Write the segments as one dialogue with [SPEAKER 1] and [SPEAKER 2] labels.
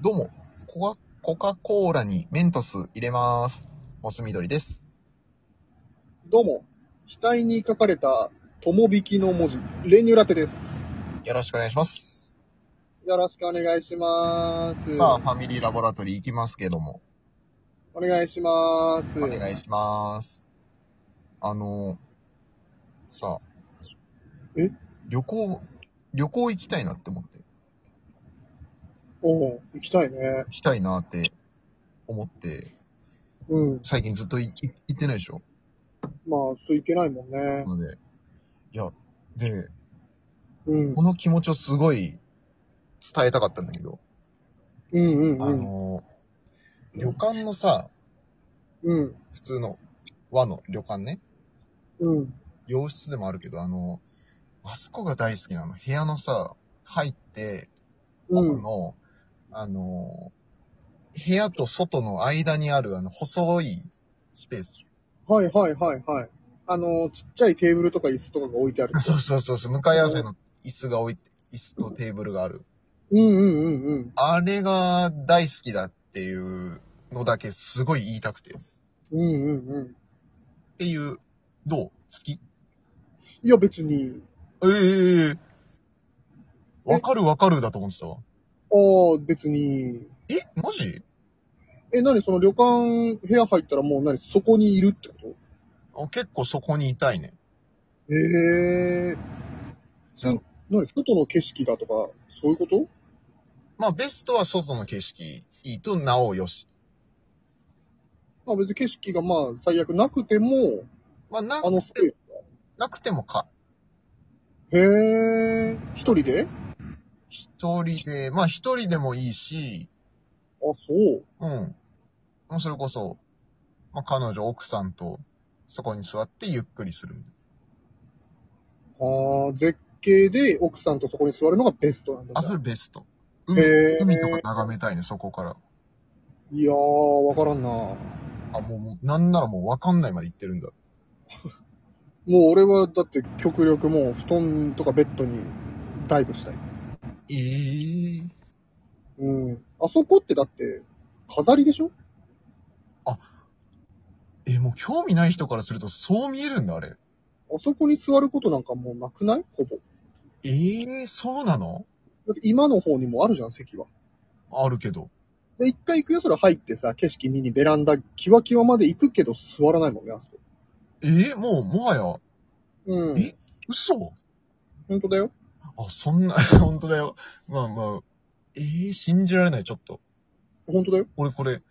[SPEAKER 1] どうも、コカ、コカ・コーラにメントス入れます。モス緑です。
[SPEAKER 2] どうも、額に書かれた、ともびきの文字、練乳ラテです。
[SPEAKER 1] よろしくお願いします。
[SPEAKER 2] よろしくお願いします。
[SPEAKER 1] さあ、ファミリーラボラトリー行きますけども、
[SPEAKER 2] お願いします。
[SPEAKER 1] お願いします。あの、さあ。
[SPEAKER 2] え
[SPEAKER 1] 旅行、旅行行きたいなって思って、
[SPEAKER 2] おう行きたいね。
[SPEAKER 1] 行きたいなって思って、
[SPEAKER 2] うん。
[SPEAKER 1] 最近ずっといい行ってないでしょ
[SPEAKER 2] まあ、そういけないもんね
[SPEAKER 1] な。ので、いや、で、
[SPEAKER 2] うん。
[SPEAKER 1] この気持ちをすごい伝えたかったんだけど、
[SPEAKER 2] うんうん
[SPEAKER 1] あ
[SPEAKER 2] うん。
[SPEAKER 1] の、旅館のさ、
[SPEAKER 2] うん。
[SPEAKER 1] 普通の和の旅館ね、
[SPEAKER 2] うん。
[SPEAKER 1] 洋室でもあるけど、あの、あそこが大好きなの。部屋のさ、入って、
[SPEAKER 2] う
[SPEAKER 1] 奥
[SPEAKER 2] ん。
[SPEAKER 1] の、あの、部屋と外の間にある、あの、細いスペース。
[SPEAKER 2] はいはいはいはい。あの、ちっちゃいテーブルとか椅子とかが置いてある。
[SPEAKER 1] そうそうそうそう、向かい合わせの椅子が置いて、椅子とテーブルがある。
[SPEAKER 2] うんうんうんうん。
[SPEAKER 1] あれが大好きだっていうのだけすごい言いたくて。っ
[SPEAKER 2] うんうんうん。
[SPEAKER 1] ていう、どう好き
[SPEAKER 2] いや、別に。
[SPEAKER 1] ええわかるわかるだと思ってたわ。
[SPEAKER 2] ああ、別に。
[SPEAKER 1] えマジ
[SPEAKER 2] え、なにその旅館、部屋入ったらもう何そこにいるってこと
[SPEAKER 1] あ結構そこにいたいね。
[SPEAKER 2] ええそう何外の景色がとか、そういうこと
[SPEAKER 1] まあ、ベストは外の景色、いいと、なおよし。
[SPEAKER 2] まあ別に景色がまあ最悪なくても、
[SPEAKER 1] まあ、な
[SPEAKER 2] あ、のスペース。
[SPEAKER 1] なくてもか。
[SPEAKER 2] へえ、一人であ、
[SPEAKER 1] 一人で、まあ、一人でもいいし、
[SPEAKER 2] そう。
[SPEAKER 1] うん。もうそれこそ、まあ、彼女、奥さんと、そこに座ってゆっくりする。
[SPEAKER 2] ああ、絶景で奥さんとそこに座るのがベストなんだ。
[SPEAKER 1] あ、それベスト。海
[SPEAKER 2] へ
[SPEAKER 1] 海とか
[SPEAKER 2] え、
[SPEAKER 1] 眺めたいね、そこから。
[SPEAKER 2] いやー、わからんな。
[SPEAKER 1] あ、もうもう、なんならもうわかんないまで行ってるんだ。
[SPEAKER 2] もう俺はだって極力もう布団とかベッドにダイブしたい。
[SPEAKER 1] ええー。
[SPEAKER 2] うん。あそこってだって、飾りでしょ
[SPEAKER 1] え、もう興味ない人からするとそう見えるんだ、あれ。
[SPEAKER 2] あそこに座ることなんかもうなくないほぼ。
[SPEAKER 1] ええそうなの
[SPEAKER 2] だって今の方にもあるじゃん、席は。
[SPEAKER 1] あるけど。
[SPEAKER 2] で、一回行くよ、それ入ってさ、景色見にベランダ、キワキワまで行くけど座らないもんね、あそこ。
[SPEAKER 1] ええもう、もはや、
[SPEAKER 2] うん。
[SPEAKER 1] え嘘
[SPEAKER 2] 本当だよ。
[SPEAKER 1] あ、そんな、 本当だよ。まあまあ、ええ信じられない、ちょっと。
[SPEAKER 2] 本当だよ。
[SPEAKER 1] 俺これ、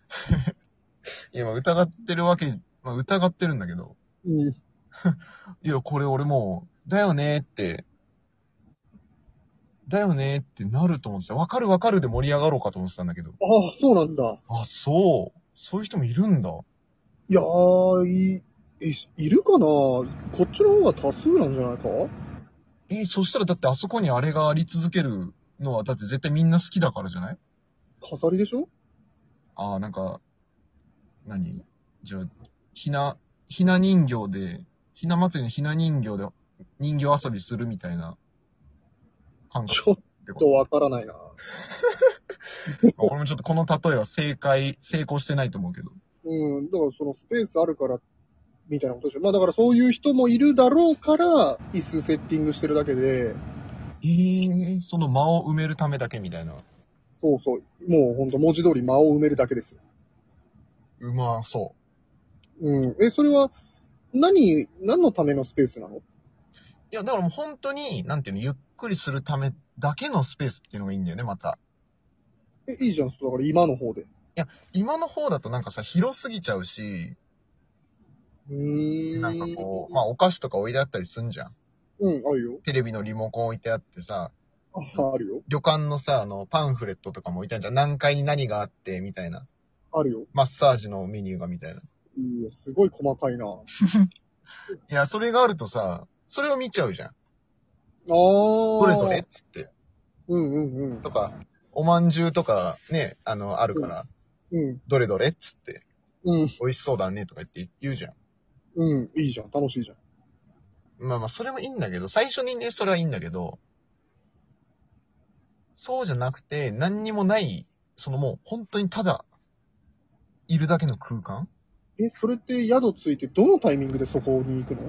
[SPEAKER 1] いや、まあ疑ってるわけ、まあ疑ってるんだけど、
[SPEAKER 2] うん。
[SPEAKER 1] いや、これ俺もう、だよねーって、だよねーってなると思ってた。わかるわかるで盛り上がろうかと思ってたんだけど。
[SPEAKER 2] ああ、そうなんだ。
[SPEAKER 1] あ、そう。そういう人もいるんだ。
[SPEAKER 2] いやー、い、え、いるかなこっちの方が多数なんじゃないか
[SPEAKER 1] えーそしたらだってあそこにあれがあり続けるのは、だって絶対みんな好きだからじゃない
[SPEAKER 2] 飾りでしょ
[SPEAKER 1] ああ、なんか、何じゃあ、ひな、ひな人形で、ひな祭りのひな人形で、人形遊びするみたいな感
[SPEAKER 2] ち
[SPEAKER 1] 覚
[SPEAKER 2] ょっ
[SPEAKER 1] ってことと。
[SPEAKER 2] わからないな。
[SPEAKER 1] 俺もちょっとこの例えは正解、成功してないと思うけど。
[SPEAKER 2] うん。だからそのスペースあるから、みたいなことでしょ。まあだからそういう人もいるだろうから、椅子セッティングしてるだけで、
[SPEAKER 1] ええその間を埋めるためだけみたいな。
[SPEAKER 2] そうそう。もうほんと文字通り間を埋めるだけですよ。
[SPEAKER 1] うまそ
[SPEAKER 2] うん。え、それは、何、何のためのスペースなの
[SPEAKER 1] う。いや、だからもう本当に、なんていうの、ゆっくりするためだけのスペースっていうのがいいんだよね、また。
[SPEAKER 2] え、いいじゃん、そうだから今の方で。
[SPEAKER 1] 今の方だとなんかさ、広すぎちゃうし、
[SPEAKER 2] うーん。
[SPEAKER 1] なんかこう、まあお菓子とか置いてあったりすんじゃん。
[SPEAKER 2] う。うん、あるよ。
[SPEAKER 1] テレビのリモコン置いてあってさ、
[SPEAKER 2] ああるよ。
[SPEAKER 1] 旅館のさ、あの、パンフレットとかも置いてあるじゃん。何階に何があって、みたいな。
[SPEAKER 2] あるよ。
[SPEAKER 1] マッサージのメニューがみたいな。
[SPEAKER 2] いや、すごい細かいな。あ
[SPEAKER 1] いや、それがあるとさ、それを見ちゃうじゃん。
[SPEAKER 2] あ。ど
[SPEAKER 1] どれどれっつって。
[SPEAKER 2] うんうんうん。
[SPEAKER 1] とか、おまんじゅうとかね、あの、あるから、
[SPEAKER 2] うん。
[SPEAKER 1] どれどれっつって、
[SPEAKER 2] うん。
[SPEAKER 1] 美味しそうだねとか言って言うじゃん。
[SPEAKER 2] うん。いいじゃん。楽しいじゃん。
[SPEAKER 1] まあまあ、それもいいんだけど、最初にね、それはいいんだけど、そうじゃなくて、何にもないそのもう本当にただ、いるだけの空間
[SPEAKER 2] え、それって宿ついてどのタイミングでそこに行くの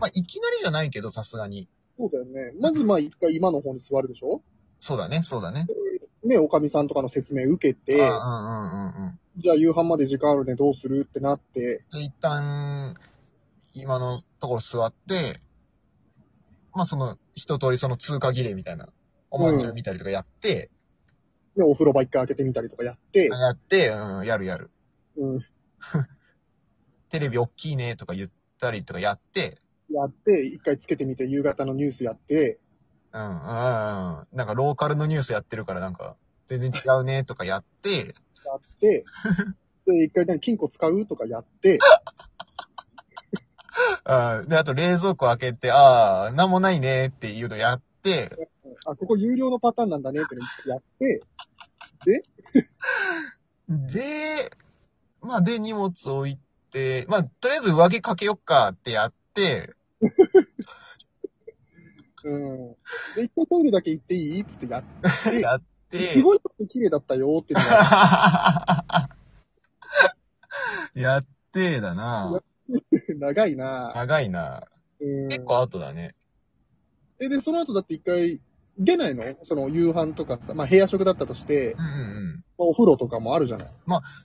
[SPEAKER 1] まあ、いきなりじゃないけど、さすがに。
[SPEAKER 2] そうだよね。まずまあ一回今の方に座るでしょ
[SPEAKER 1] そうだね、そうだね。
[SPEAKER 2] ね、おかみさんとかの説明受けて、
[SPEAKER 1] あうんうんうんうん。
[SPEAKER 2] じゃあ夕飯まで時間あるね、どうするってなって、
[SPEAKER 1] で、一旦、今のところ座って、まあ、その、一通りその通過儀礼みたいな、おまんじゅう見たりとかやって、
[SPEAKER 2] ね、お風呂場一回開けてみたりとかやって、
[SPEAKER 1] やって、うん、やるやる。
[SPEAKER 2] うん、
[SPEAKER 1] テレビ大きいねとか言ったりとかやって、
[SPEAKER 2] やって、一回つけてみて、夕方のニュースやって、
[SPEAKER 1] うん、うん、うん。なんかローカルのニュースやってるからなんか、全然違うねとかやって、
[SPEAKER 2] や って、で、一回何、金庫使うとかやって、
[SPEAKER 1] うん。で、あと冷蔵庫開けて、ああ、なんもないねっていうのやって、
[SPEAKER 2] あ、ここ有料のパターンなんだねってのやって、
[SPEAKER 1] で、まあ、で、荷物置いて、まあ、とりあえず上着かけよっかってやって、
[SPEAKER 2] うん。で、一回トイレだけ行っていいっつってやっ、
[SPEAKER 1] やってて、
[SPEAKER 2] すごい綺麗だったよっていうのが
[SPEAKER 1] やってだな。
[SPEAKER 2] 長いな
[SPEAKER 1] 長いな。
[SPEAKER 2] うん。
[SPEAKER 1] 結構後だね。
[SPEAKER 2] え、で、その後だって一回、出ないのその夕飯とかさ、まあ部屋食だったとして、
[SPEAKER 1] うんうんうん。
[SPEAKER 2] まあ、お風呂とかもあるじゃない。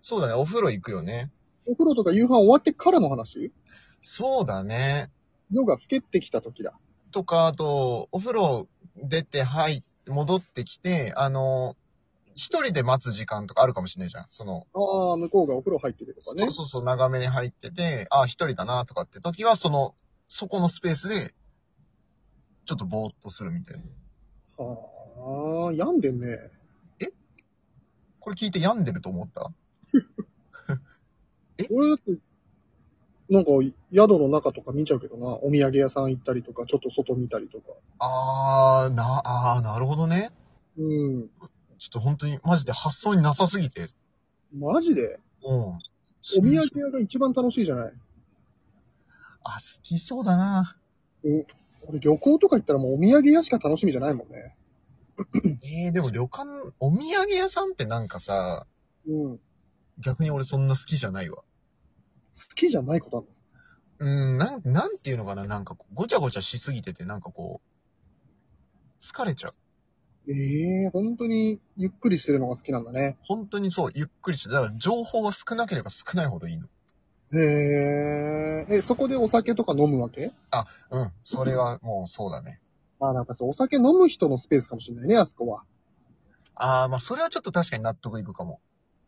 [SPEAKER 1] そうだね、お風呂行くよね。
[SPEAKER 2] お風呂とか夕飯終わってからの話
[SPEAKER 1] そうだね。
[SPEAKER 2] 夜が更けてきた時だ。
[SPEAKER 1] とか、あと、お風呂出て入って、戻ってきて、あの、一人で待つ時間とかあるかもしれないじゃん。その、
[SPEAKER 2] ああ、向こうがお風呂入っててとかね
[SPEAKER 1] そう。そうそう、長めに入ってて、あ、一人だなとかって時は、その、そこのスペースで、ちょっとぼーっとするみたいな。
[SPEAKER 2] ああ、病んでんね。
[SPEAKER 1] これ聞いて病んでると思った
[SPEAKER 2] 俺だって、なんか宿の中とか見ちゃうけどな。お土産屋さん行ったりとか、ちょっと外見たりとか。
[SPEAKER 1] あー、な、あー、なるほどね。
[SPEAKER 2] うん。
[SPEAKER 1] ちょっと本当に、マジで発想になさすぎて。
[SPEAKER 2] マジで
[SPEAKER 1] うん。お
[SPEAKER 2] お土産屋が一番楽しいじゃない
[SPEAKER 1] あ、好きそうだな。
[SPEAKER 2] 俺旅行とか行ったらもうお土産屋しか楽しみじゃないもんね。
[SPEAKER 1] えー、でも旅館、お土産屋さんってなんかさ、
[SPEAKER 2] うん。好
[SPEAKER 1] 逆に俺そんな好きじゃないわ。
[SPEAKER 2] きじゃないことある
[SPEAKER 1] うん、なん、なんていうのかな、なんかこうごちゃごちゃしすぎてて、なんかこう、疲れちゃう。
[SPEAKER 2] ええ本当にゆっくりしてるのが好きなんだね。
[SPEAKER 1] 本当にそう、ゆっくりして、だから情報が少なければ少ないほどいいの。
[SPEAKER 2] へえ。え、そこでお酒とか飲むわけ
[SPEAKER 1] うん、それはもうそうだね。
[SPEAKER 2] あ、なんかそう、お酒飲む人のスペースかもしれないね、あそこは。
[SPEAKER 1] あー、まあそれはちょっと確かに納得いくかも。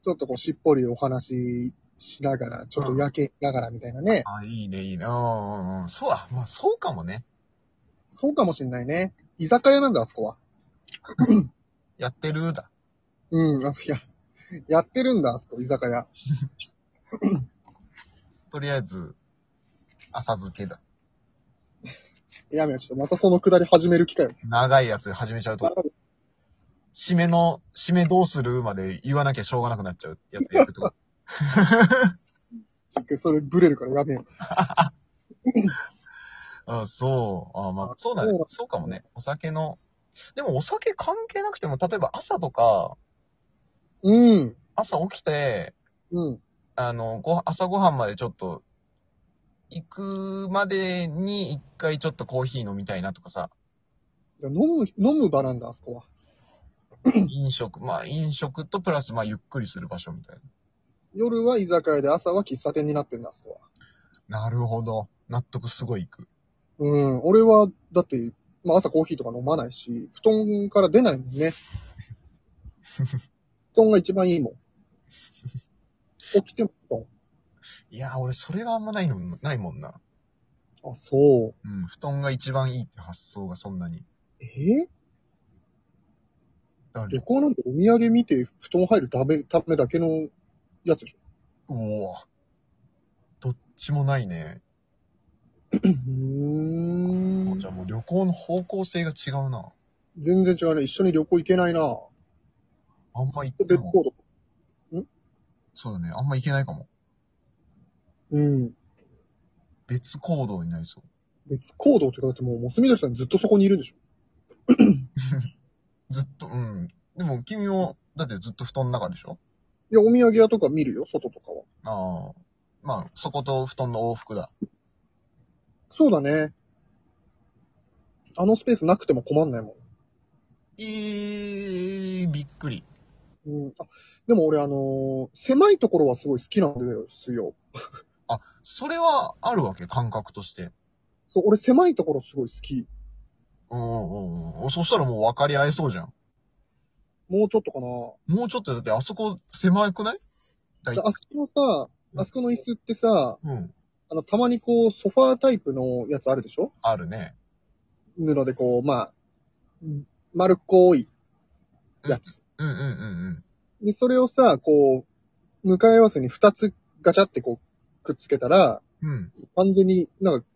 [SPEAKER 2] ちょっとこう、しっぽりお話ししながら、ちょっと夜景見ながらみたいなね。
[SPEAKER 1] あー、いいね、いいね。うん、うん、うん。そうだ、まあそうかもね。
[SPEAKER 2] そうかもしれないね。居酒屋なんだ、あそこは。
[SPEAKER 1] やってるだ。
[SPEAKER 2] うん、あ、いや、 やってるんだ、あそこ、居酒屋。
[SPEAKER 1] とりあえず、浅漬けだ。
[SPEAKER 2] いやめよ、ちょっとまたそのくだり始める機会を。
[SPEAKER 1] 長いやつ始めちゃうと、締めの、締めどうするまで言わなきゃしょうがなくなっちゃうやつやるとか。
[SPEAKER 2] それ、ブレるからやめよう。
[SPEAKER 1] あそう。あまあ、そうだね。そうかもね。お酒の。でもお酒関係なくても、例えば朝とか、
[SPEAKER 2] うん、
[SPEAKER 1] 朝起きて、
[SPEAKER 2] うん。
[SPEAKER 1] あの、ご、朝ごはんまでちょっと、行くまでに一回ちょっとコーヒー飲みたいなとかさ、
[SPEAKER 2] 飲む、飲む場なんだ、あそこは。
[SPEAKER 1] 飲食、まあ飲食とプラスまあゆっくりする場所みたい
[SPEAKER 2] 夜は居酒屋で、朝は喫茶店になってんだ、あそこは。
[SPEAKER 1] な。なるほど。納得すごいいく。
[SPEAKER 2] うん、俺は、だって、まあ朝コーヒーとか飲まないし、布団から出ないもんね。布団が一番いいもん。起きても布
[SPEAKER 1] いやー、俺それがあんまないの、ないもんな。
[SPEAKER 2] 団。あ、そう。
[SPEAKER 1] うん、布団が一番いいって発想がそんなに。
[SPEAKER 2] え
[SPEAKER 1] だから
[SPEAKER 2] 旅行なんてお土産見て布団入るため、ためだけのやつでし
[SPEAKER 1] う
[SPEAKER 2] ょ。
[SPEAKER 1] おーどっちもないね。
[SPEAKER 2] うーん
[SPEAKER 1] じ。ゃあもう旅行の方向性が違うな。
[SPEAKER 2] 全然違うね。一緒に旅行行けないな。
[SPEAKER 1] あんま行って
[SPEAKER 2] 別
[SPEAKER 1] も、
[SPEAKER 2] 行動。
[SPEAKER 1] そうだね。あんま行けないかも。
[SPEAKER 2] うん。
[SPEAKER 1] 別行動になりそう。
[SPEAKER 2] 別行動ってか、だってもう、もう住田さんずっとそこにいるんでしょ。
[SPEAKER 1] ずっと、うん。でも君もだってずっと布団の中でしょ
[SPEAKER 2] いや、お土産屋とか見るよ、外とか
[SPEAKER 1] あ
[SPEAKER 2] は。
[SPEAKER 1] あ。まあ、そこと布団の往復だ。
[SPEAKER 2] そうだね。あのスペースなくても困んないも
[SPEAKER 1] えー、びっくり。
[SPEAKER 2] ん。うん。あ、でも俺あのー狭いところはすごい好きなんですよ。
[SPEAKER 1] それはあるわけ、感覚として。
[SPEAKER 2] そう、俺狭いところすごい好き。
[SPEAKER 1] うんうんうんうん。そしたらもう分かり合えそうじゃん。
[SPEAKER 2] もうちょっとかな。
[SPEAKER 1] もうちょっとだってあそこ狭くないだい
[SPEAKER 2] であそこの
[SPEAKER 1] うん
[SPEAKER 2] さ、あそこの椅子ってさ、
[SPEAKER 1] うん。
[SPEAKER 2] あの、たまにこう、ソファータイプのやつあるでしょ
[SPEAKER 1] あるね。
[SPEAKER 2] 布でこう、まあ、丸っこいやつ。
[SPEAKER 1] うんうんうん
[SPEAKER 2] で、それをさ、こう、向かい合わせに二つガチャってこう、くっつけたら、
[SPEAKER 1] うん。うん。
[SPEAKER 2] 完全になんか、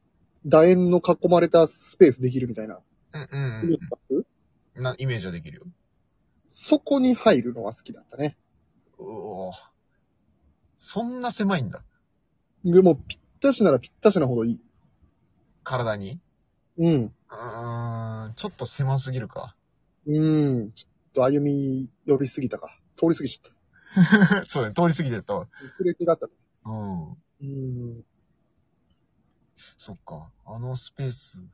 [SPEAKER 2] 楕円の囲まれたスペースできるみたいな。
[SPEAKER 1] うんうんうん。な、イメージはできるよ。
[SPEAKER 2] そこに入るのは好きだったね。
[SPEAKER 1] うおーそんな狭いんだ。
[SPEAKER 2] でも、ぴったしならぴったしなほどいい。
[SPEAKER 1] 体に。
[SPEAKER 2] うん。
[SPEAKER 1] うーん、ちょっと狭すぎるか。
[SPEAKER 2] うん。ちょっと歩み寄りすぎたか。通り過ぎちゃっ
[SPEAKER 1] そうね、通り過ぎてったわ。
[SPEAKER 2] た。遅れてだった。
[SPEAKER 1] うん。
[SPEAKER 2] うん。
[SPEAKER 1] そっか。あのスペース、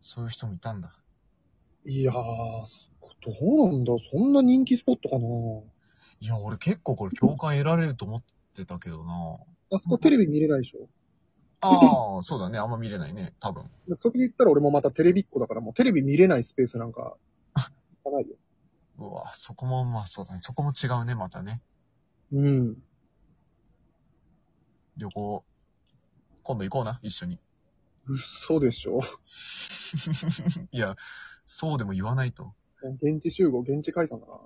[SPEAKER 1] そういう人もいたんだ。
[SPEAKER 2] いやー、どうなんだそんな人気スポットかない
[SPEAKER 1] や、俺結構これ共感得られると思ってたけどな。
[SPEAKER 2] あそこテレビ見れないでしょ
[SPEAKER 1] ああ、そうだね。あんま見れないね。多分。
[SPEAKER 2] でそれで言ったら俺もまたテレビっ子だからもうテレビ見れないスペースなんか、行かないよ。
[SPEAKER 1] うわ、そこも、まあそうだね。そこも違うね、またね。
[SPEAKER 2] うん。
[SPEAKER 1] 旅行、今度行こうな、一緒に。
[SPEAKER 2] 嘘でしょ
[SPEAKER 1] いや、そうでも言わないと。
[SPEAKER 2] 現地集合、現地解散だな。